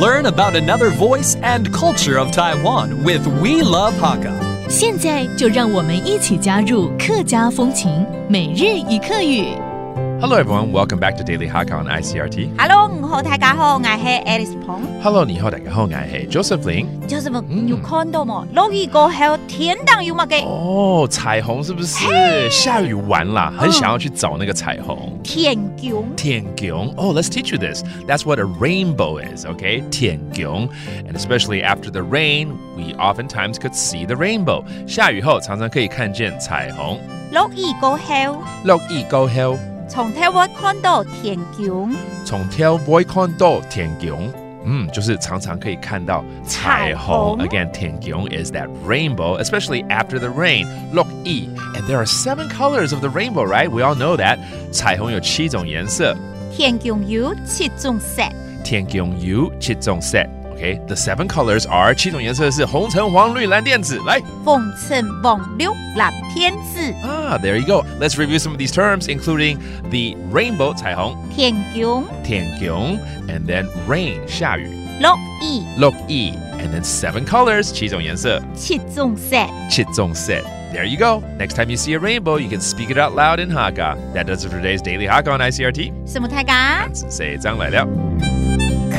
Learn about another voice and culture of Taiwan with We Love Hakka. 现在就让我们一起加入客家风情每日一客语。 Hello, everyone. Welcome back to Daily Hakka on ICRT. Hello，午好，大家好，我係 Alice Pong。 Hello, 你好，大家好，我係 Joseph Ling。就是問嗯有看到冇？落雨過後天當有冇嘅？哦，彩虹是不是？下雨完了，很想要去找那个彩虹。天宮天宫. Oh, let's teach you this. That's what a rainbow is, okay? 天宫. And especially after the rain, we oftentimes could see the rainbow. 下雨后常常可以看见彩虹。落雨過後，落雨过后，從台灣看到天宮从 Tail Boy 看到天宫，嗯，就是常常可以看到彩虹。彩虹 Again, 天宫 is that rainbow, especially after the rain. Look E, and there are seven colors of the rainbow, right? We all know that. 彩虹有七种颜色。天宮有七種色，天宫有七种色。Okay, the seven colors are 七种颜色是红橙黄绿蓝靛紫。来紅橙黃綠藍天紫。啊，There Ah, you go. Let's review some of these terms, including the rainbow 彩虹、天宮天宫，and then rain 下雨。落雨 Look E, and then seven colors 七种颜色。七種色。 Chitsongset. There you go. Next time you see a rainbow, you can speak it out loud in Hakka. That does it for today's Daily Hakka on ICRT. 什麼大家？ Say 张来了。